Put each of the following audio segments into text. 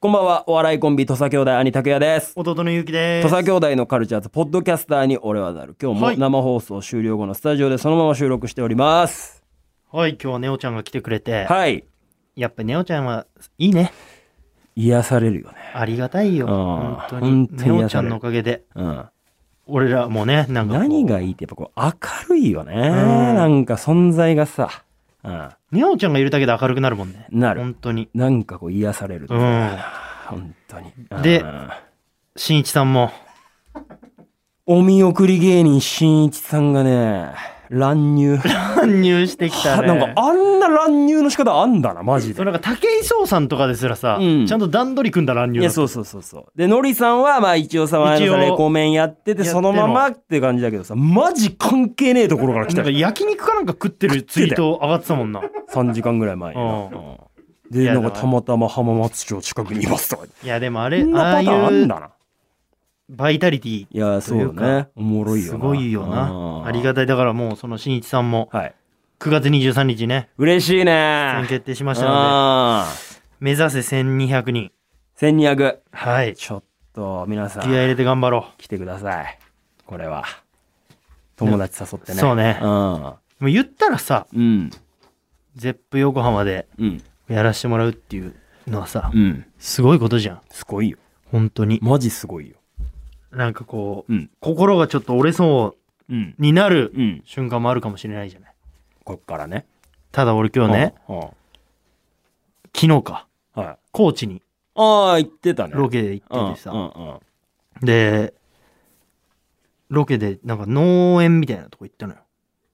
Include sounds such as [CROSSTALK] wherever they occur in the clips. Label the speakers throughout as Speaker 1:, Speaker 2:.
Speaker 1: こんばんは、お笑いコンビ、土佐兄弟、兄拓也です。
Speaker 2: 弟のゆうきで
Speaker 1: 土
Speaker 2: す。
Speaker 1: 佐兄弟のカルチャーズ、ポッドキャスターに俺はなる。今日
Speaker 2: は
Speaker 1: も
Speaker 2: い
Speaker 1: 生放送終了後のスタジオでそのまま収録しております。
Speaker 2: はい、今日はネオちゃんが来てくれて、
Speaker 1: はい。
Speaker 2: やっぱネオちゃんはいいね。
Speaker 1: 癒されるよね。
Speaker 2: ありがたいよ。
Speaker 1: あ
Speaker 2: 本
Speaker 1: ー
Speaker 2: 当に。
Speaker 1: 本当
Speaker 2: ネ
Speaker 1: に
Speaker 2: オ
Speaker 1: 癒
Speaker 2: ち
Speaker 1: さ
Speaker 2: ゃ
Speaker 1: れる
Speaker 2: んのおかげで、
Speaker 1: うん。
Speaker 2: 俺らもね、なんかこう
Speaker 1: 何がいいってやっぱこう、明るいよね。
Speaker 2: ん
Speaker 1: なんか存在がさ、うん。
Speaker 2: ネオちゃんがいるだけで明るくなるもんね。
Speaker 1: なる
Speaker 2: 本当に。
Speaker 1: なんかこう、癒されると
Speaker 2: う
Speaker 1: いうか。
Speaker 2: ん。
Speaker 1: 本当に。
Speaker 2: で
Speaker 1: うん
Speaker 2: しんいちさんも、
Speaker 1: お見送り芸人しんいちさんがね、乱
Speaker 2: [LAUGHS]
Speaker 1: 入。
Speaker 2: 乱入してきた
Speaker 1: は
Speaker 2: ね。
Speaker 1: なんかあんな乱入の仕方あんだな、マジで。
Speaker 2: そうなんか武井壮さんとかですらさ、
Speaker 1: うん
Speaker 2: ちゃんと段取り組んだ乱
Speaker 1: い
Speaker 2: 入だ
Speaker 1: や、
Speaker 2: った
Speaker 1: そうそうそうそう。で、のりさんは、まあ一応さ、前のさ、
Speaker 2: 一応
Speaker 1: レコメンやってて、
Speaker 2: やって
Speaker 1: そ
Speaker 2: の
Speaker 1: のままって感じだけどさ、マジ関係ねえところから来
Speaker 2: な
Speaker 1: た
Speaker 2: [LAUGHS] んか
Speaker 1: よ。
Speaker 2: 焼肉かなんか食ってるツイート上がってたもんな。
Speaker 1: 3時間ぐらい前にな。
Speaker 2: うん
Speaker 1: うん
Speaker 2: い
Speaker 1: で、
Speaker 2: や
Speaker 1: なんか
Speaker 2: だから
Speaker 1: たまたま浜松町近くにいますとか。
Speaker 2: いや、でもあ
Speaker 1: そ
Speaker 2: れ
Speaker 1: ん、な
Speaker 2: ああ
Speaker 1: パ
Speaker 2: い
Speaker 1: ターンあんだ
Speaker 2: う
Speaker 1: な。
Speaker 2: バイタリティ、
Speaker 1: いや、そ
Speaker 2: といううか
Speaker 1: ね。おもろいよな。
Speaker 2: すごいよ
Speaker 1: う
Speaker 2: な。
Speaker 1: ん
Speaker 2: ありがたい。だからもう、そのしんいちさんも、
Speaker 1: はい。
Speaker 2: 9月23日ね、
Speaker 1: 嬉しい
Speaker 2: 出演
Speaker 1: ね。
Speaker 2: 決定しましたので、
Speaker 1: あー
Speaker 2: 目指せ1200人。
Speaker 1: 1200。
Speaker 2: はい。
Speaker 1: ちょっと、皆さ
Speaker 2: 気合い入
Speaker 1: ん、
Speaker 2: れて頑張ろ
Speaker 1: 来てください。これは。友達誘ってね。
Speaker 2: そうね
Speaker 1: うん。
Speaker 2: う。もう言ったらさ、
Speaker 1: うん。
Speaker 2: ゼップ横浜で
Speaker 1: うん。
Speaker 2: やらしてもらうっていうのはさ
Speaker 1: う、ん。
Speaker 2: すごいことじゃん。
Speaker 1: すごいよ。
Speaker 2: 本当に。
Speaker 1: マジすごいよ。
Speaker 2: なんかこう、
Speaker 1: うん。
Speaker 2: 心がちょっと折れそう
Speaker 1: うん。
Speaker 2: になる
Speaker 1: うん。
Speaker 2: 瞬間もあるかもしれないじゃない。
Speaker 1: こっからね。
Speaker 2: ただ俺今日ね、
Speaker 1: うん。うん
Speaker 2: 昨日か、
Speaker 1: はい。
Speaker 2: 高知に
Speaker 1: ああ、言ってたね。
Speaker 2: ロケで行
Speaker 1: うん
Speaker 2: ってて
Speaker 1: う
Speaker 2: さ、
Speaker 1: んうん。
Speaker 2: で、ロケでなんか農園みたいなとこ行ったのよ。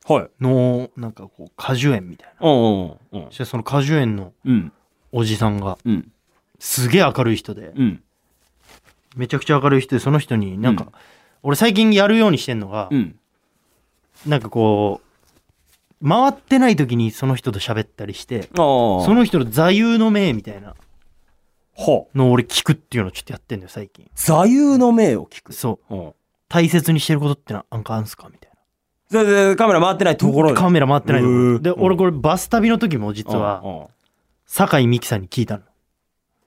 Speaker 1: はい。
Speaker 2: 農、なんかこう果樹園みたいな。
Speaker 1: うんうんうん
Speaker 2: そ。してその果樹園の
Speaker 1: うん。
Speaker 2: おじさんが
Speaker 1: うん。
Speaker 2: すげえ明るい人で、
Speaker 1: うん。
Speaker 2: めちゃくちゃ明るい人でその人になんか、
Speaker 1: うん
Speaker 2: 俺最近やるようにしてんのが、
Speaker 1: うん。
Speaker 2: なんかこう回ってない時にその人と喋ったりして
Speaker 1: ああ。
Speaker 2: その人の座右の銘みたいな
Speaker 1: ほう。
Speaker 2: のを俺聞くっていうのをちょっとやってんだよ最近
Speaker 1: 座右の銘を聞く。
Speaker 2: そう
Speaker 1: うん。
Speaker 2: 大切にしてることってななんかあんすかみたいな
Speaker 1: それでカメラ回ってないところで。
Speaker 2: カメラ回ってないとこ
Speaker 1: う
Speaker 2: ろ
Speaker 1: ー
Speaker 2: で
Speaker 1: うん
Speaker 2: 俺これバス旅の時も実
Speaker 1: う
Speaker 2: は
Speaker 1: んうん
Speaker 2: 酒井美紀さんに聞いたの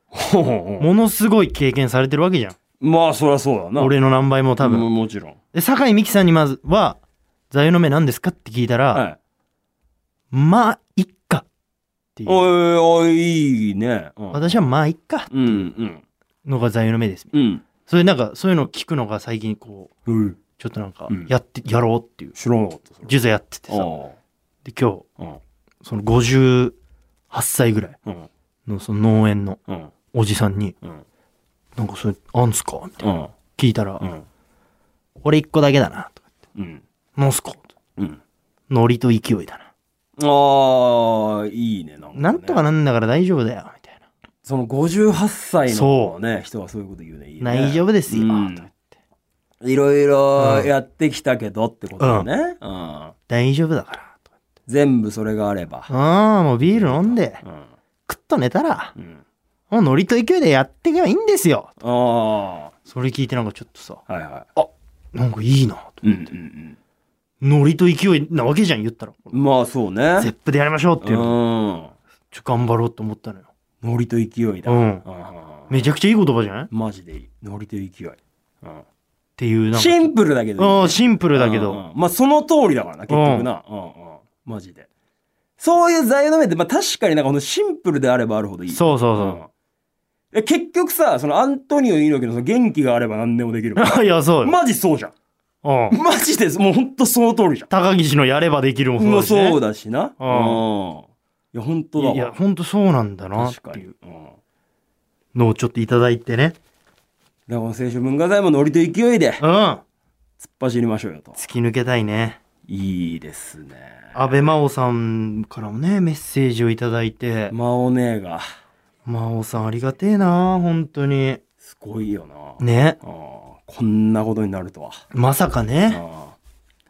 Speaker 1: ほうほうほ
Speaker 2: ものすごい経験されてるわけじゃん
Speaker 1: うまあ、そりゃそうだな。
Speaker 2: 俺の何倍も多
Speaker 1: も
Speaker 2: 分
Speaker 1: もちろん。
Speaker 2: で酒井美紀さんにまずは座右の銘何ですかって聞いたら、
Speaker 1: はい。
Speaker 2: まあいっかっていう
Speaker 1: おいおい、いいね。うん。
Speaker 2: 私はまあいっか
Speaker 1: うんうん。
Speaker 2: のが座右の銘です
Speaker 1: うん。
Speaker 2: それなんかそういうのを聞くのが最近こう
Speaker 1: うん。
Speaker 2: ちょっとなんか
Speaker 1: うん
Speaker 2: やって、やろうっていう
Speaker 1: 知らなかった、それ。
Speaker 2: 実はやっててさで今日
Speaker 1: ああ。うん。
Speaker 2: その58歳ぐらい
Speaker 1: うん。
Speaker 2: のその農園の
Speaker 1: うん。
Speaker 2: おじさんに
Speaker 1: うん。
Speaker 2: 「なんかそれあんすか?」みたいな
Speaker 1: うん。
Speaker 2: 聞いたら「
Speaker 1: うん。
Speaker 2: 俺一個だけだな」とか
Speaker 1: うん。
Speaker 2: 「なんすか?」
Speaker 1: うん。
Speaker 2: ノリと勢いだな
Speaker 1: ああ、いいね、なんか、」ね。
Speaker 2: なんとかなんだから大丈夫だよ」みたいな
Speaker 1: その58歳
Speaker 2: そ
Speaker 1: の、ね、人はそういうこと言うね。いい
Speaker 2: 「大丈
Speaker 1: 夫
Speaker 2: 夫ですよ」
Speaker 1: うん
Speaker 2: とか
Speaker 1: いろいろ
Speaker 2: うん
Speaker 1: やってきたけどってことだね。うん。
Speaker 2: 「大丈夫だから」とか
Speaker 1: 全部それがあれば
Speaker 2: 「。ああもうビール飲んで
Speaker 1: うん。
Speaker 2: くっと寝たら
Speaker 1: うん。
Speaker 2: もうノリと勢いでやっていけばいいんですよ」
Speaker 1: ああ。は
Speaker 2: それ聞いてなんかちょっとさ
Speaker 1: いはい。
Speaker 2: なんかいいなと
Speaker 1: うんうん
Speaker 2: ノリと勢いなわけじゃん言ったら
Speaker 1: うん。まあそうね。
Speaker 2: ゼップでやりましょうっていう
Speaker 1: う
Speaker 2: の
Speaker 1: ん。
Speaker 2: ちょっと頑張ろうと思ったのよ
Speaker 1: ノリと勢いだ。
Speaker 2: う
Speaker 1: うん
Speaker 2: めちゃくちゃいい言葉じゃないっ
Speaker 1: マジでいい。ノリと勢い。うん。
Speaker 2: ていうなんか
Speaker 1: シンプルだけどいいね
Speaker 2: うんシンプルだけ
Speaker 1: うん
Speaker 2: ど
Speaker 1: うんまあその通りだからな結局な、うんうんマジでそういう座右の銘って、まあ、確かになんかこのシンプルであればあるほどいい
Speaker 2: そうそう
Speaker 1: うんいや結局さそのアントニオ猪木のその元気があれば何でもできるか
Speaker 2: [LAUGHS] そういやそう
Speaker 1: ら
Speaker 2: よ
Speaker 1: マジそうじゃん [LAUGHS]
Speaker 2: うん
Speaker 1: マジでもうほんとその通りじゃ
Speaker 2: 高岸のやればできるも
Speaker 1: んもう
Speaker 2: そうだしね
Speaker 1: そうだしなう
Speaker 2: う
Speaker 1: んんいや本当だわ
Speaker 2: いやほんとそうなんだなっ
Speaker 1: 確か
Speaker 2: て
Speaker 1: に、
Speaker 2: いう
Speaker 1: うんだか
Speaker 2: のをちょっといただいてね
Speaker 1: らこの青春文化財もノリと勢いで突っ
Speaker 2: うん突
Speaker 1: 走りましょうよと
Speaker 2: き抜けたいね
Speaker 1: いいですね
Speaker 2: 阿部真央さんからもねメッセージをいただいて
Speaker 1: マオネーが
Speaker 2: 真央さんありがてえな本当に
Speaker 1: すごいよな
Speaker 2: ね
Speaker 1: ああこんなことになるとは
Speaker 2: まさかね
Speaker 1: あ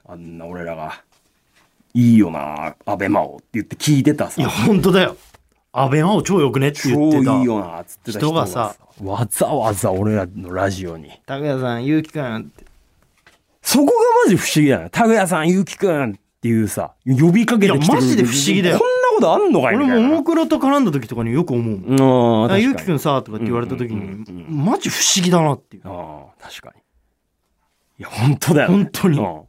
Speaker 1: ああんな俺らが「いいよな安倍真央」って言って聞いてたさ
Speaker 2: いやほんとだよ阿部真央超よくねって
Speaker 1: 超
Speaker 2: 言ってた
Speaker 1: いいよなっつってた
Speaker 2: 人がさ
Speaker 1: わざわざ俺らのラジオに
Speaker 2: 拓哉さん、ゆうきくんって。
Speaker 1: そこがマジ不思議だよ「拓哉さんゆうきくん」っていうさ呼びかけてきて
Speaker 2: いやマジで不思議だよ
Speaker 1: こんなこことあんのかい
Speaker 2: 俺
Speaker 1: みたい
Speaker 2: も
Speaker 1: な
Speaker 2: ももクロと絡んだ時とかによく思うもん
Speaker 1: うん確か
Speaker 2: あ
Speaker 1: に
Speaker 2: ゆうきくんさとかって言われた時に、
Speaker 1: うんうんうん
Speaker 2: マジ不思議だなっていう
Speaker 1: ああ確かにいや本当だよ、ね、
Speaker 2: 本当に
Speaker 1: うん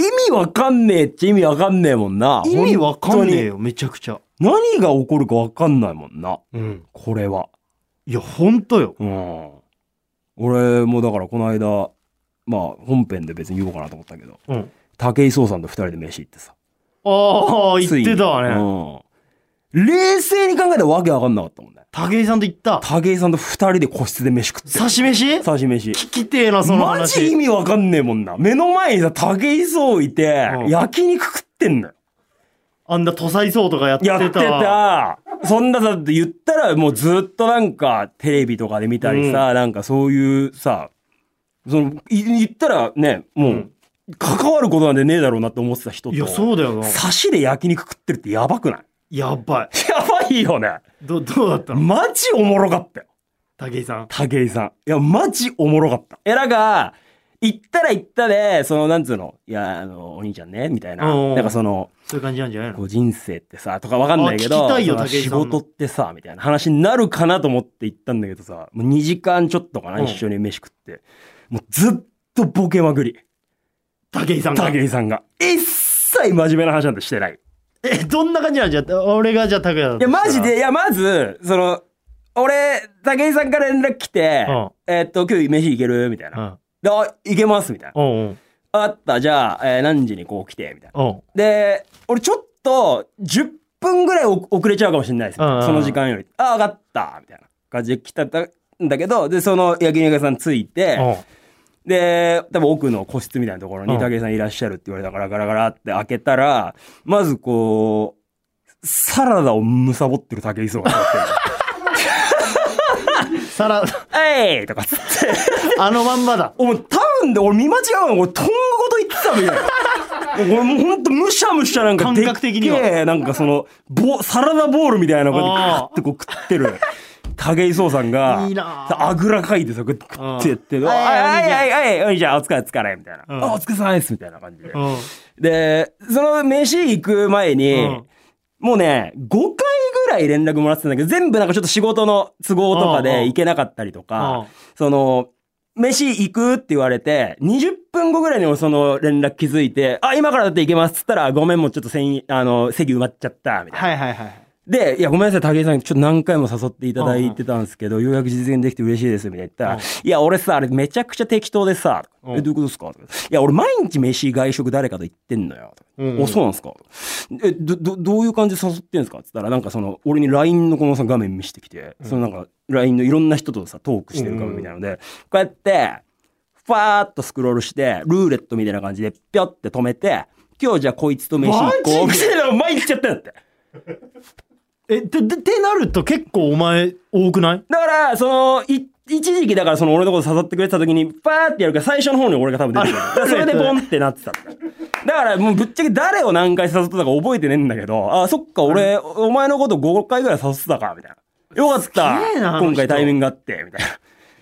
Speaker 1: 意味わかんねえっちゃ意味わかんねえもんな
Speaker 2: 意味わかんねえ
Speaker 1: 本
Speaker 2: よめちゃくちゃ
Speaker 1: 当に何が起こるかわかんないもんな
Speaker 2: うん
Speaker 1: これはい
Speaker 2: やほんとよ
Speaker 1: うん俺もだからこの間まあ本編で別に言おうかなと思ったけど
Speaker 2: うん
Speaker 1: 武井壮さんと二人で飯行ってさ
Speaker 2: ああ言ってたわね
Speaker 1: ね、うん、冷静に考えたらわけわかんなかったもんね
Speaker 2: 武井さんと行った
Speaker 1: 武井さんと二人で個室で飯食って
Speaker 2: 刺し飯聞
Speaker 1: 刺し飯
Speaker 2: きてえなその
Speaker 1: マジ意
Speaker 2: 話
Speaker 1: 味わかんねえもんな。目の前にさ、竹井壮いて、
Speaker 2: うん
Speaker 1: 焼肉食ってんのよ。
Speaker 2: あんな土佐そうとかやって
Speaker 1: やって
Speaker 2: た
Speaker 1: た。そんなさ、言ったらもうずっとなんか、テレビとかで見たりさ、なんかそういうさ、その、い言ったらね、もう、関わることなんてねえだろうなって思ってた人と、
Speaker 2: いやそうだよな
Speaker 1: 刺しで焼肉食ってるってやばくない [LAUGHS]
Speaker 2: やばい
Speaker 1: やばいよね。
Speaker 2: どどうだったの
Speaker 1: マジおもろかったよ。
Speaker 2: 武井さん
Speaker 1: 武井さん。いや、マジおもろかった。え、なんか、行ったら行ったで、その、なんつうの、いや、あの、お兄ちゃんね、みたいな。
Speaker 2: うんうん
Speaker 1: なんかその、
Speaker 2: そういう感じなんじ
Speaker 1: [LAUGHS]
Speaker 2: ゃない
Speaker 1: こ
Speaker 2: の
Speaker 1: う人生ってさ、とかわかんないけ
Speaker 2: あ
Speaker 1: ど、
Speaker 2: 聞きたいよ
Speaker 1: その
Speaker 2: 武井
Speaker 1: 仕
Speaker 2: さんの
Speaker 1: 事ってさ、みたいな話になるかなと思って行ったんだけどさ、もう2時間ちょっとかな、
Speaker 2: うん
Speaker 1: 一緒に飯食って。もうずっとボケまくり。
Speaker 2: 武井さんが
Speaker 1: 武井さんが。一切真面目な話なんてしてない。
Speaker 2: えどんな感じなんじゃあ俺がじゃあ武井だ
Speaker 1: いや、マジで、いや、まず、その、俺、武井さんから連絡来て、
Speaker 2: うん
Speaker 1: えーっと、今日飯行けるみたいな。
Speaker 2: うん
Speaker 1: で、あ、行けますみたいな。
Speaker 2: おうんうん
Speaker 1: あった、じゃあ、えー何時にこう来て、みたいな。
Speaker 2: おう
Speaker 1: で、俺ちょっと、10分ぐらいお遅れちゃうかもしれないです、
Speaker 2: うんうんうん
Speaker 1: その時間より。あ、わかった、みたいな感じで来たんだけど、で、その焼肉屋さん着いて、
Speaker 2: おう
Speaker 1: で、多分奥の個室みたいなところ
Speaker 2: う
Speaker 1: に、
Speaker 2: ん
Speaker 1: 武井さんいらっしゃるって言われたから、ガラガラって開けたら、まずこう、サラダをむさぼってる武井壮が座っ
Speaker 2: [LAUGHS]
Speaker 1: てる。
Speaker 2: さら
Speaker 1: えいとかっつって。
Speaker 2: [LAUGHS] あのまんまだ
Speaker 1: お前、多分で俺見間違うの、俺、トングごと言ってたみたいな。俺もうほんとむしゃむしゃなんか
Speaker 2: 感
Speaker 1: でっ
Speaker 2: 覚的には
Speaker 1: けえなんかその、ぼサラダボールみたいなこうやって
Speaker 2: あー
Speaker 1: ガーってこう食ってる。武井壮さんが、
Speaker 2: いいなあ
Speaker 1: あぐらかいてさ、こうやって食ってやって、
Speaker 2: うん
Speaker 1: おいおい
Speaker 2: は
Speaker 1: お
Speaker 2: い
Speaker 1: いおいおい、じゃあお疲れお疲れ、みたいな。
Speaker 2: うん
Speaker 1: あお疲れ様です、みたいな感じで
Speaker 2: う。ん
Speaker 1: で、その飯行く前に、
Speaker 2: うん
Speaker 1: もうね、5回ぐらい連絡もらってたんだけど、全部なんかちょっと仕事の都合とか
Speaker 2: うんう
Speaker 1: で
Speaker 2: ん
Speaker 1: 行けなかったりと
Speaker 2: うん
Speaker 1: か、その、飯行くって言われて、20分後ぐらいに俺その連絡気づいて、あ、今からだって行けますっつったら、ごめんもうちょっとせん、あの、席埋まっちゃった、みたいな。
Speaker 2: はいはいはい
Speaker 1: で、いや、ごめんなさい、武井さん、ちょっと何回も誘っていただいてたんですけど、ようやく実現できて嬉しいです、みたいな言ったら、
Speaker 2: うん
Speaker 1: いや、俺さ、あれめちゃくちゃ適当でさ、
Speaker 2: うん
Speaker 1: え、どういうことですかとかいや、俺毎日飯外食誰かと行ってんのよ。
Speaker 2: うんうん
Speaker 1: お、そうなんですかえ、ど、ど、どういう感じで誘ってんですかって言ったら、なんかその、俺に LINE のこのさ、画面見してきて、そのなんか、LINE のいろんな人とさ、トークしてる画面みたいなので、こうやって、ファーっとスクロールして、ルーレットみたいな感じで、ぴょって止めて、今日じゃあこいつと飯行こう。
Speaker 2: マジで
Speaker 1: みたいなの毎日やってんだって。
Speaker 2: えででってなると結構お前多くない
Speaker 1: だから、その、い、一時期だからその俺のこと誘ってくれてた時に、パーってやるから最初の方に俺が多分出てくる。だからそれでボンってなってたんだ。だからもうぶっちゃけ誰を何回誘ってたか覚えてねえんだけど、あ、そっか、俺、お前のこと5回ぐらい誘ってたか、みたいな。よかった
Speaker 2: すげえなあの人
Speaker 1: 今回タイミングがあって、みたい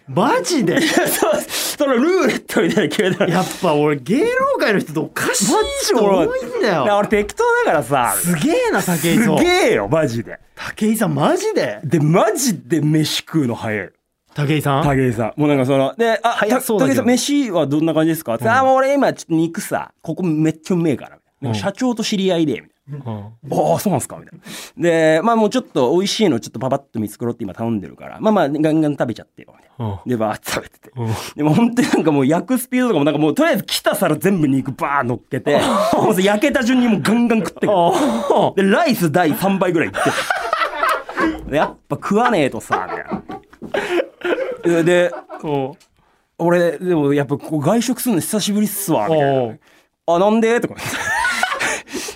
Speaker 2: マジで [LAUGHS]
Speaker 1: な。そう、そのルーレットみたいな決めたら。
Speaker 2: やっぱ俺芸能界の人っておかしい
Speaker 1: マジ
Speaker 2: 人
Speaker 1: 俺は
Speaker 2: 多いんだ
Speaker 1: だから
Speaker 2: よ
Speaker 1: 俺適当だからさ、
Speaker 2: すげえな武井
Speaker 1: す
Speaker 2: さん
Speaker 1: げえよ、マジで。
Speaker 2: 武井さんマジで
Speaker 1: で、マジで飯食うの早い。
Speaker 2: 武井さん
Speaker 1: 武井さん。もうなんかその、で、あ、
Speaker 2: 早
Speaker 1: た
Speaker 2: そうだ
Speaker 1: 武
Speaker 2: け
Speaker 1: 井
Speaker 2: ど
Speaker 1: さん、飯はどんな感じですか、ってあ、もう俺今、ちょっと肉さ、ここめっちゃうめえから、みたいな。なんか社長と知り合いで、みたいな。ああ、そうなんすかみたいな。で、まあもうちょっと美味しいのちょっとパパッと見繕って今頼んでるから、まあまあガンガン食べちゃってよ。みたいな
Speaker 2: うん
Speaker 1: で、バーって食べてて
Speaker 2: うん。
Speaker 1: でも本当になんかもう焼くスピードとかもなんかもうとりあえず来た皿全部肉バー乗っけて、もうさ焼けた順にもうガンガン食ってくる。
Speaker 2: あ
Speaker 1: で、ライス第3倍ぐらいいってたでやっぱ食わねえとさ、みたいな。でで、
Speaker 2: お
Speaker 1: 俺、でもやっぱここ外食するの久しぶりっすわ、みたいな。
Speaker 2: お
Speaker 1: あ、なんでとか。 [LAUGHS]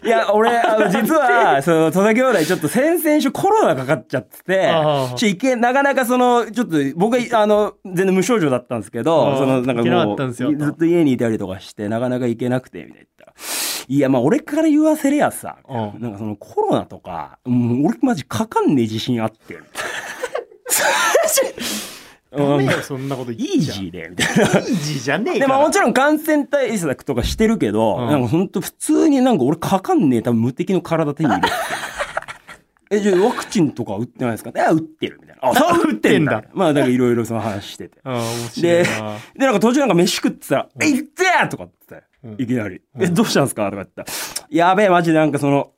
Speaker 1: いや、俺、あの、実は、その、戸田兄弟、ちょっと先々週コロナかかっちゃってて
Speaker 2: あー、
Speaker 1: ちょ、いけ、なかなかその、ちょっと、僕は、あの、全然無症状だったんですけ
Speaker 2: あ
Speaker 1: ど、
Speaker 2: ー
Speaker 1: その、なんか
Speaker 2: 行けなか
Speaker 1: も
Speaker 2: ったん
Speaker 1: う、
Speaker 2: です
Speaker 1: ず
Speaker 2: よ
Speaker 1: っと家にいたりとかして、なかなか行けなくて、みたいな言ったら。いや、まあ、俺から言わせりゃさ、みたいな
Speaker 2: うん
Speaker 1: なんかその、コロナとか、もう俺マジかかんねえ自信あって、みたいな
Speaker 2: [LAUGHS] ダメ
Speaker 1: うん
Speaker 2: よそんなこと
Speaker 1: イ
Speaker 2: 言っ
Speaker 1: ー
Speaker 2: ちゃ
Speaker 1: ジーで、みたいな。
Speaker 2: イージーじゃねえ
Speaker 1: で
Speaker 2: か
Speaker 1: も
Speaker 2: ら
Speaker 1: もちろん感染対策とかしてるけど、
Speaker 2: うん
Speaker 1: なんかほんと普通になんか俺かかんねえ多分無敵の体手に入れて [LAUGHS] え、じゃあワクチンとか打ってないですかあ、打ってるみたいな。あ、そう打ってん
Speaker 2: 打
Speaker 1: だ
Speaker 2: ってん。
Speaker 1: まあ、だからいろいろその話してて。
Speaker 2: ああ、面
Speaker 1: 白
Speaker 2: 白
Speaker 1: い
Speaker 2: い
Speaker 1: なで、なんか途中なんか飯食ってたら、え、行ってーとかって言って
Speaker 2: うん
Speaker 1: いきなり。
Speaker 2: うん
Speaker 1: え、どうしたんですかとか言ったら、やべえ、マジでなんかその、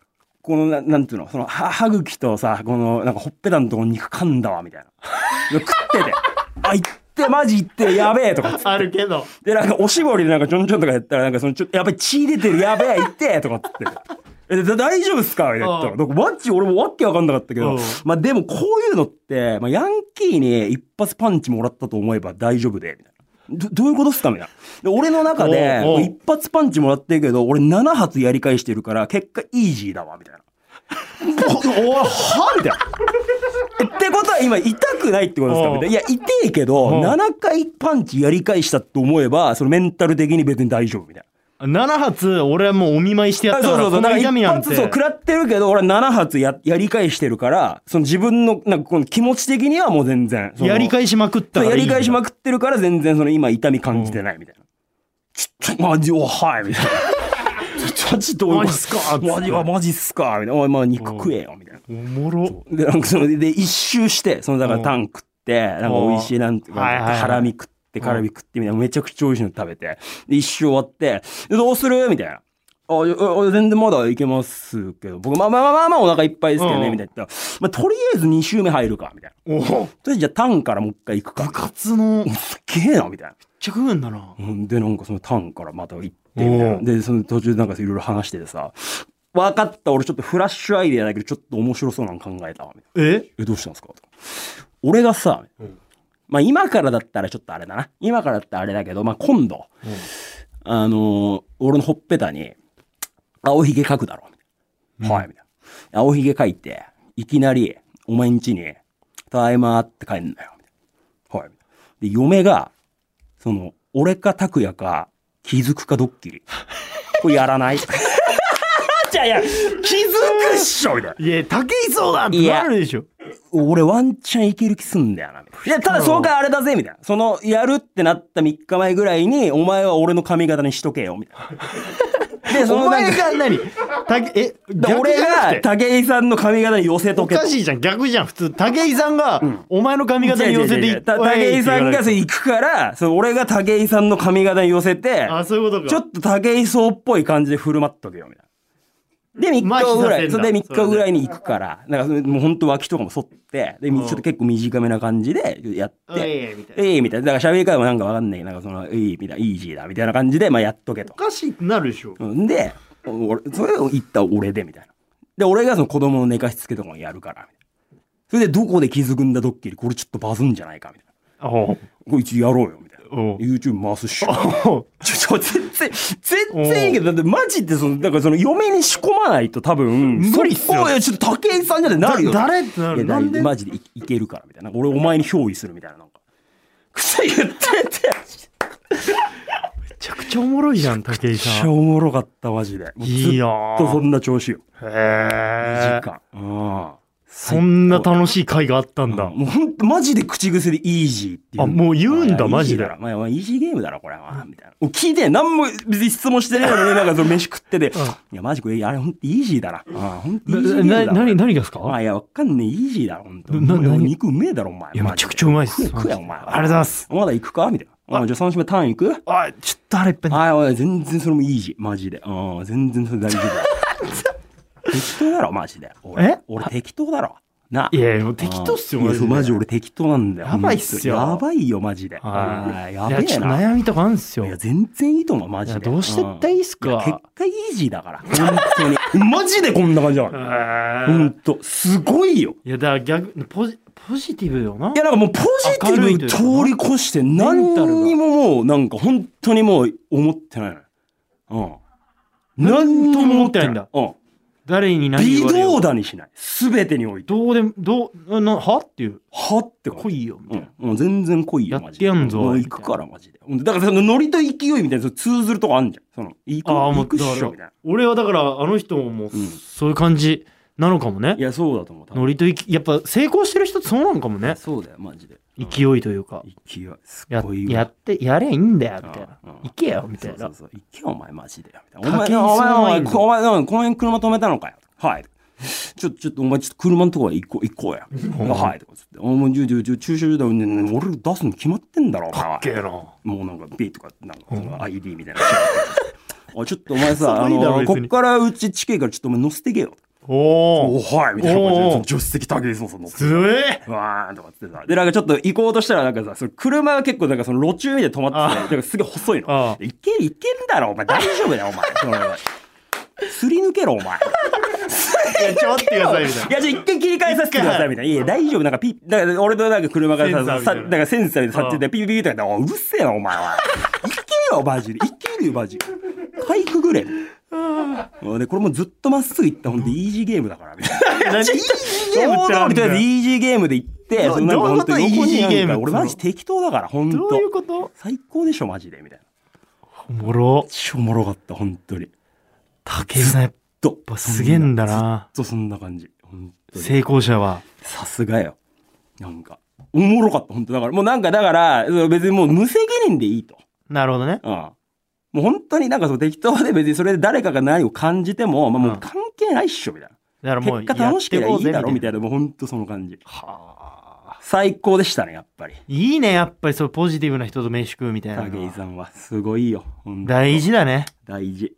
Speaker 1: このな、なんていうの、その、は、歯茎とさ、この、なんかほっぺたのとこ肉噛んだわ、みたいな。食ってて。あ、行って、マジ行って、やべえとかっつって
Speaker 2: あるけど。
Speaker 1: で、なんか、おしぼりでなんか、ちょんちょんとかやったら、なんか、その、ちょっと、やばい、血出てる、やべえ、痛ってとかっつって。 [LAUGHS] え、だ大丈夫っすかみたいな言ったら。
Speaker 2: う
Speaker 1: なんか、マッチ俺もわけわかんなかったけ
Speaker 2: う
Speaker 1: ど
Speaker 2: ん、
Speaker 1: まあでも、こういうのって、まあ、ヤンキーに一発パンチもらったと思えば大丈夫で、みたいな。どどういうことっすかみたいな。で、俺の中で
Speaker 2: おうお、う
Speaker 1: 一発パンチもらってるけど、俺7発やり返してるから、結果イージーだわ、みたいな。 [LAUGHS] おおいはみたいな。ってことは今痛くないってことですか
Speaker 2: おう
Speaker 1: みたいないや痛いけど
Speaker 2: うん
Speaker 1: 7回パンチやり返したと思えばそのメンタル的に別に大丈夫みたい
Speaker 2: 7発、俺はもうお見舞いしてや
Speaker 1: な
Speaker 2: っ
Speaker 1: あ
Speaker 2: た
Speaker 1: そ
Speaker 2: か
Speaker 1: う
Speaker 2: ら、
Speaker 1: そうそうだ
Speaker 2: この
Speaker 1: から
Speaker 2: 痛み
Speaker 1: 一
Speaker 2: なん
Speaker 1: 発
Speaker 2: て。
Speaker 1: そう食らってるけど俺は7発ややり返してるからその自分のなんかこの気持ち的にはもう全然その
Speaker 2: やり返しまくっ
Speaker 1: そ
Speaker 2: たか
Speaker 1: う
Speaker 2: ら
Speaker 1: やり返しま
Speaker 2: くっ
Speaker 1: くってるから全然その今痛み感じてないみたいな、ちょっとマジおはい
Speaker 2: [LAUGHS]
Speaker 1: みたいなちょマジどういうこと
Speaker 2: マジっすかつって
Speaker 1: マジはマジっすかみたいなおいまあ肉食えよみたいな
Speaker 2: おもろ。
Speaker 1: で、なんかその、で、一周して、その、だから
Speaker 2: うん
Speaker 1: タン食って、なんか美味しいなんていうか、
Speaker 2: はいはいはい
Speaker 1: ハラミ食って、カルビ食ってみたいな、めちゃくちゃ美味しいの食べて、で、一周終わって、で、どうするみたいな。あ、いやあ全然まだいけますけど、僕、まあまあまあまあまあお腹いっぱいですけどね、
Speaker 2: うん
Speaker 1: みたいな言ったら。まあ、とりあえず2周目入るか、みたいな。
Speaker 2: おお。
Speaker 1: とりあえずじゃあタンからもう一回行くか。
Speaker 2: 部活の、めっ
Speaker 1: すっげえな、みたいな。
Speaker 2: ちゃ食うんだな。
Speaker 1: うんで、なんかそのタンからまた行って、みたいな
Speaker 2: うん
Speaker 1: で、その途中でなんかいろいろ話しててさ、わかった、俺ちょっとフラッシュアイデアだけど、ちょっと面白そうなの考えたわ、みたいな。
Speaker 2: え
Speaker 1: え、どうしたんですかとか俺がさ、
Speaker 2: ん
Speaker 1: まあ今からだったらちょっとあれだな。今からだったらあれだけど、まあ今度、あのー俺のほっぺたに、青ひげ描くだろう。はい、みたいな。青ひげ描いて、いきなり、お前ん家に、ただいまーって帰んなよ。みたいなはい。みたいなで、嫁が、その、俺か拓也か、気づくかドッキ [LAUGHS] リ。これやら [LAUGHS] ないじゃあいや、気づくっしょみたいない
Speaker 2: や、竹井壮だっ
Speaker 1: い
Speaker 2: て
Speaker 1: や
Speaker 2: なるでしょ。
Speaker 1: 俺ワンチャンいける気すんだよな。みたいないや、ただその回あれだぜ、みたいな。その、やるってなった3日前ぐらいに、お前は俺の髪型にしとけよ、みた
Speaker 2: [LAUGHS]
Speaker 1: いな。で、そ
Speaker 2: お
Speaker 1: のなん
Speaker 2: 前
Speaker 1: か、
Speaker 2: が何竹、え、
Speaker 1: で
Speaker 2: 逆
Speaker 1: 俺
Speaker 2: じゃなく
Speaker 1: が
Speaker 2: て
Speaker 1: 武井さんの髪型に寄せと
Speaker 2: お
Speaker 1: けと
Speaker 2: か。しいじゃん、逆じゃん、普通。武井さんが、お前の髪型に寄せてい
Speaker 1: 違う違う違うた武井さんがそれ行くから、その俺が武井さんの髪型に寄せて、
Speaker 2: あ、そういうことか。
Speaker 1: ちょっと武井壮っぽい感じで振る舞っとけよ、みたいな。で、3日後ぐら
Speaker 2: 麻痺させ
Speaker 1: い、
Speaker 2: んだ
Speaker 1: それで3日後ぐらいに行くから、なんかそれ、もう本当脇とかも剃って、で、ち
Speaker 2: ん
Speaker 1: ょっと結構短めな感じでやっ
Speaker 2: お
Speaker 1: て、
Speaker 2: いみたいな。
Speaker 1: ええみたいな。だから喋り方もなんかわかんない。なんかその、ええみたいな、イージーだ、みたいな感じで、まあやっとけと
Speaker 2: お。かしいってなるでしょ。
Speaker 1: うんで、俺、それを言った俺で、みたいな。で、俺がその子供の寝かしつけとかもやるから、みたいな。それで、どこで気づくんだドッキリ、これちょっとバズんじゃないか、みたいな。
Speaker 2: お
Speaker 1: これ一応やろうよ、みたいな。
Speaker 2: お
Speaker 1: YouTube 回すっしょ。ちょ、ちょ、全然、全然いいけど、だってマジでその、だからその嫁に仕込まないと多分、
Speaker 2: 無理っすよ
Speaker 1: そこいや、ちょっと武井さんじゃななるよ。
Speaker 2: だ誰ってなる
Speaker 1: いやだ
Speaker 2: なんで
Speaker 1: マジでいいけるから、みたいな。なんか俺お前に憑依するみたいな、なんか。癖言ってて。
Speaker 2: めちゃくちゃおもろいじゃん、武井
Speaker 1: めっ
Speaker 2: さ
Speaker 1: ちゃ
Speaker 2: ん。
Speaker 1: おもろかった、マジで。もうず
Speaker 2: いい
Speaker 1: っ
Speaker 2: な
Speaker 1: とそんな調子よ。
Speaker 2: へ
Speaker 1: 時
Speaker 2: え。
Speaker 1: 間。うん。
Speaker 2: そんな楽しい回があったんだ。
Speaker 1: もうほんと、マジで口癖でイージーって言う。
Speaker 2: あもう言うんだ
Speaker 1: あ
Speaker 2: マジで
Speaker 1: イーーだろまあ、まあ、イージーゲームだろ、これは。みたいな。もう聞いて、なんも別に質問してない
Speaker 2: [LAUGHS]
Speaker 1: のに、なんかその飯食ってて、いや、マジこれ、あれほんとイージーだな。あほんとイージーゲームだ
Speaker 2: な、
Speaker 1: な。
Speaker 2: な、何がです
Speaker 1: ま
Speaker 2: か
Speaker 1: あ、いや、わかんねえ、イージーだろ、ほんと。
Speaker 2: なな
Speaker 1: お前
Speaker 2: 何
Speaker 1: 肉うめえだろ、お前。
Speaker 2: いや、め
Speaker 1: マジ
Speaker 2: ち
Speaker 1: で
Speaker 2: ゃくちゃうまいっす。
Speaker 1: 食え食えお前
Speaker 2: ありがとうございます。
Speaker 1: まだ行くかみたいな。あじゃあ3週目ターン行く
Speaker 2: あ、ちょっとあれいっぱいに
Speaker 1: はい、おい、全然それもイージー、マジで。うん、全然それ大丈夫だよ。
Speaker 2: [LAUGHS]
Speaker 1: 適当だろ、マジで。俺
Speaker 2: え
Speaker 1: 俺適当だろ。な。
Speaker 2: いやいや、もう適当っすよ、
Speaker 1: いやそうマジ
Speaker 2: で
Speaker 1: 俺適当なんだよ。
Speaker 2: やばいっすよ
Speaker 1: やばいよ、マジで。
Speaker 2: は
Speaker 1: あー
Speaker 2: い。
Speaker 1: や
Speaker 2: い
Speaker 1: べ
Speaker 2: や、ち
Speaker 1: え
Speaker 2: ょっと
Speaker 1: な。
Speaker 2: 悩みとかあるんすよ。
Speaker 1: いや、全然いいと思う、マ
Speaker 2: い
Speaker 1: ジ
Speaker 2: や
Speaker 1: で。
Speaker 2: どうしてったらいいっす
Speaker 1: うんいや結
Speaker 2: か
Speaker 1: 果イージー
Speaker 2: [LAUGHS]
Speaker 1: だから。本当に。マジでこんな感じだから。
Speaker 2: う
Speaker 1: ほん
Speaker 2: ん。
Speaker 1: と。すごいよ。
Speaker 2: いや、だから逆、ポジ、ポジティブよな。
Speaker 1: いや、なんかもうポジティブ通り越して、何にももう、なんか本当にもう思ってないの。うん。何とも思ってない
Speaker 2: 何と。
Speaker 1: うん。
Speaker 2: 誰に何
Speaker 1: 微
Speaker 2: 言われよう
Speaker 1: 動だにしない。すべてにおいて。
Speaker 2: どうでも、どう、な、はっていう。
Speaker 1: はって感じ
Speaker 2: 来いよ、みた
Speaker 1: う
Speaker 2: いな。
Speaker 1: ん、うん、全然来いよ、
Speaker 2: や
Speaker 1: マ
Speaker 2: っ
Speaker 1: ジ
Speaker 2: て
Speaker 1: で。
Speaker 2: やんぞ
Speaker 1: もう
Speaker 2: み
Speaker 1: 行
Speaker 2: たいな
Speaker 1: くから、マジで。うんだから、そのノリと勢いみたいな、その通ずるとこあんじゃん。その、行く
Speaker 2: ああ、も
Speaker 1: 行
Speaker 2: う、
Speaker 1: くっ
Speaker 2: だ
Speaker 1: しょ、み
Speaker 2: か
Speaker 1: たい
Speaker 2: ら、俺はだから、あの人ももう、
Speaker 1: うん
Speaker 2: そういう感じなのかも
Speaker 1: な。い
Speaker 2: ね。
Speaker 1: や、そうだと思う。多分
Speaker 2: ノリと勢い、やっぱ成功してる人ってそうなのかもね。
Speaker 1: そうだよ、マジで。うん
Speaker 2: 勢いというか。
Speaker 1: 勢い。す
Speaker 2: や
Speaker 1: ごい、わ
Speaker 2: やって、やりゃいいんだよ、みたいな
Speaker 1: うんうん。
Speaker 2: 行けよ、みたい
Speaker 1: そ
Speaker 2: な
Speaker 1: う。そうそう。行けよ、お前、マジで。みたいなお前、
Speaker 2: 竹井壮
Speaker 1: お前、お前、お
Speaker 2: はいい
Speaker 1: 前
Speaker 2: ぞ
Speaker 1: こお前、お前この辺車止めたのかよ。はい。ちょ、ちょっとお前ちょっと車のとこは行こう、行こうや。あはい。とかつって、お前、じゅうじゅうじゅう駐車場だよね、俺出すの決まってんだろ、お前は
Speaker 2: けえな。
Speaker 1: もうなんか B とか、なんかそ
Speaker 2: うん [LAUGHS]
Speaker 1: の ID みたいな。あちょっとお前さ、
Speaker 2: そ
Speaker 1: あ
Speaker 2: こいいだろ
Speaker 1: の、
Speaker 2: 別
Speaker 1: こ
Speaker 2: に
Speaker 1: っからうち近いからちょっとお前乗せてけよ。
Speaker 2: お
Speaker 1: お
Speaker 2: お。
Speaker 1: はいみたいな感じで
Speaker 2: おー
Speaker 1: その、助手席高いそうそう乗って
Speaker 2: すえ。
Speaker 1: うわーんとかっつってさ。で、なんかちょっと行こうとしたら、なんかさ、その車が結構なんかその路中みたいに止まってて、
Speaker 2: あ
Speaker 1: なんかすげえ細いの。
Speaker 2: あ
Speaker 1: いけるいけるだろ、お前。大丈夫だよ、お前。 [LAUGHS] そのすり抜けろ、お前。
Speaker 2: いや、ちょっと待ってください、みたい
Speaker 1: いや、じゃあ一回切り替えさせてください、みたいな。いや、大丈夫、なんかピッ、だから俺となんか車が
Speaker 2: センサー
Speaker 1: さ、
Speaker 2: みた
Speaker 1: さ
Speaker 2: いな
Speaker 1: なんかセンサーでさってて、ピピピピとか言って、おううるせえな、お前は。いけるよ、マジで。いけるよ、マジで。かいくぐれ。で、これもうずっとまっすぐ行った、ほんで、イージーゲームだから、みたいな。
Speaker 2: な。何
Speaker 1: ゲーム
Speaker 2: ってある
Speaker 1: と
Speaker 2: ん
Speaker 1: りあえずイ
Speaker 2: だよ
Speaker 1: ージーゲームで行って、
Speaker 2: ど
Speaker 1: そんな
Speaker 2: どういうこと
Speaker 1: 本当に横になんか
Speaker 2: イージーゲームって
Speaker 1: 俺マジ適当だから、本
Speaker 2: どういう
Speaker 1: 当
Speaker 2: こと
Speaker 1: 最高でしょ、マジで、みたいな。
Speaker 2: おもろ。
Speaker 1: 超おもろかった、本当に。
Speaker 2: 竹井さん、やっ
Speaker 1: と
Speaker 2: ぱすげえんだ。な。
Speaker 1: ずっとそんな感じ。本当に
Speaker 2: 成功者は。
Speaker 1: さすがよ。なんか、おもろかった、本当だから。もうなんか、だから、うん別にもう無責任でいいと。
Speaker 2: なるほどね。
Speaker 1: うん。もう本当になんかその適当で別にそれで誰かが何を感じても、まあもう関係ないっしょ、みたいな。
Speaker 2: だからもう、
Speaker 1: 結果楽しければいいだろ、みた
Speaker 2: い
Speaker 1: いな。もう本当その感じ。
Speaker 2: な。はあ。
Speaker 1: 最高でしたね、やっぱり。
Speaker 2: いいね、やっぱりそう、ポジティブな人と飯食うみたいなのは。
Speaker 1: 武井さんは、すごいよ。本当
Speaker 2: 大事だね。
Speaker 1: 大事。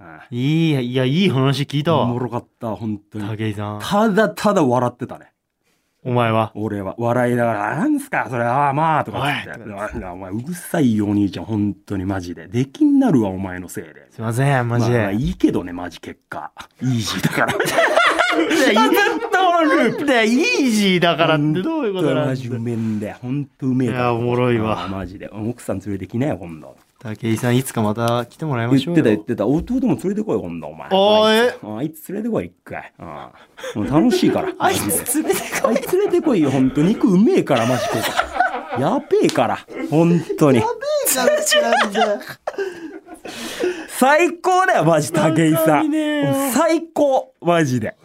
Speaker 1: あ
Speaker 2: いいや、いや、いい話聞い
Speaker 1: あ
Speaker 2: た
Speaker 1: おも
Speaker 2: わ。
Speaker 1: ろかった、本当に。
Speaker 2: 武井さん。
Speaker 1: ただただ笑ってたね。
Speaker 2: お前は。
Speaker 1: 俺は笑いながら、なんすかそれ、ああ、まあ、とか言って
Speaker 2: おい
Speaker 1: ななお前、うるさいよ、お兄ちゃん、本当にマジで。できになるわ、お前のせいで。
Speaker 2: すいません、マジ
Speaker 1: まあまあ
Speaker 2: で。
Speaker 1: いいけどね、マジ結果。イージーだから。
Speaker 2: いや、いいループだよ。イージーだからってどういうことなん
Speaker 1: マ
Speaker 2: だ
Speaker 1: ジうめえんだよ。本当うめえから
Speaker 2: いやおもろいわ
Speaker 1: ああマジで。奥さん連れてきなよ、今度。
Speaker 2: 武井さん、いつかまた来てもらいま
Speaker 1: 言っ
Speaker 2: してょう
Speaker 1: た
Speaker 2: よ。
Speaker 1: 言ってた。弟も連れてこい、今度、お前。
Speaker 2: おー
Speaker 1: あいつあいつ連れてこい、一回。ああもう楽しいから。
Speaker 2: [LAUGHS] あい
Speaker 1: マジで
Speaker 2: つ連れてこ
Speaker 1: あいつ連れてこいよ、本当肉うめえから、マジここ。やべえから、本当に。
Speaker 2: いからってなんだよ。
Speaker 1: 最高だよ、マジ、武井
Speaker 2: わ
Speaker 1: さ
Speaker 2: かんねえよ
Speaker 1: ん。最高、マジで。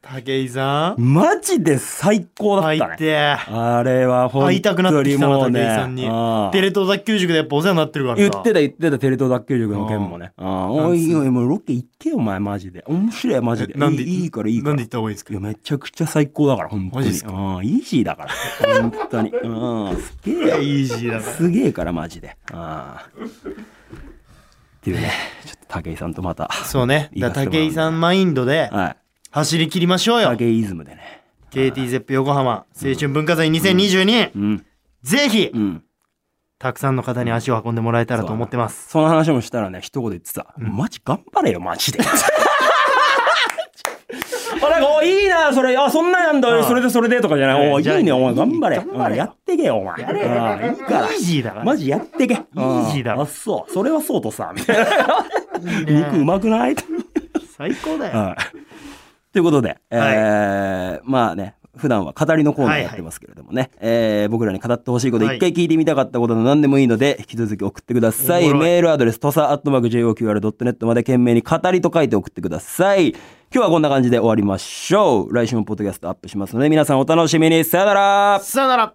Speaker 2: 武井さん
Speaker 1: マジで最高だ
Speaker 2: 会
Speaker 1: っ
Speaker 2: い
Speaker 1: たね。
Speaker 2: てえ。
Speaker 1: あれは本当
Speaker 2: 会いたくなってき
Speaker 1: に
Speaker 2: たな、
Speaker 1: もう
Speaker 2: 武井
Speaker 1: ね
Speaker 2: さんに
Speaker 1: ああ。
Speaker 2: テレ東卓球塾でやっぱお世話になってるから
Speaker 1: 言っ
Speaker 2: さ。
Speaker 1: てた言ってたテレ東脱臼塾の件もね。ああおいおい、もうロケ行ってよ、お前、マジで。面白い、マジで。
Speaker 2: えなんで
Speaker 1: いいいいから、いいか
Speaker 2: な
Speaker 1: ら。
Speaker 2: んで言った方がいいです
Speaker 1: い
Speaker 2: か
Speaker 1: や、めちゃくちゃ最高だから、本当に。
Speaker 2: マジっすか
Speaker 1: ああイージーだから。本当に。うん、すげえよ。
Speaker 2: イージーだから。
Speaker 1: すげえからマジで。ああ。っていうね、ちょっと武井さんとまた、
Speaker 2: そう
Speaker 1: [LAUGHS]
Speaker 2: ね。だから武井さんマインドで
Speaker 1: はい。
Speaker 2: 走り切りましょうよ。
Speaker 1: 武井イズムでね。
Speaker 2: KTZEP 横浜青春文化祭2022、
Speaker 1: うん。
Speaker 2: ぜひ
Speaker 1: うん。
Speaker 2: たくさんの方に足を運んでもらえたらと思ってます
Speaker 1: その話もしたらね、一言言ってた。マジ頑張れよ、マジで。あ、なんか、おいいな、それ、あ、そんなんなん
Speaker 2: あ
Speaker 1: だ、
Speaker 2: あ
Speaker 1: それでそれでとかじゃない。おい
Speaker 2: じゃあ
Speaker 1: いね、お前、頑張れ。
Speaker 2: 頑張れ
Speaker 1: うんやってけよ、お前。やれ。いいから
Speaker 2: イー。ジーだから
Speaker 1: マジやってけ。イ
Speaker 2: ージーだ
Speaker 1: あ、そう。それはそうとさ、みたいな。
Speaker 2: いいね
Speaker 1: 肉うまくない
Speaker 2: 最高だよ、
Speaker 1: はい。ということで、えーまあね、普段は語りのコーナーやってますけれどもね、えー僕らに語ってほしいこと、
Speaker 2: はい
Speaker 1: 一回聞いてみたかったことの何でもいいので、引き続き送ってくださ
Speaker 2: お
Speaker 1: い。
Speaker 2: もろい
Speaker 1: メールアドレス、とさ、アットマーク JOQR.net まで懸命に語りと書いて送ってください。今日はこんな感じで終わりましょう。来週もポッドキャストアップしますので、皆さんお楽しみに。さよなら
Speaker 2: さよなら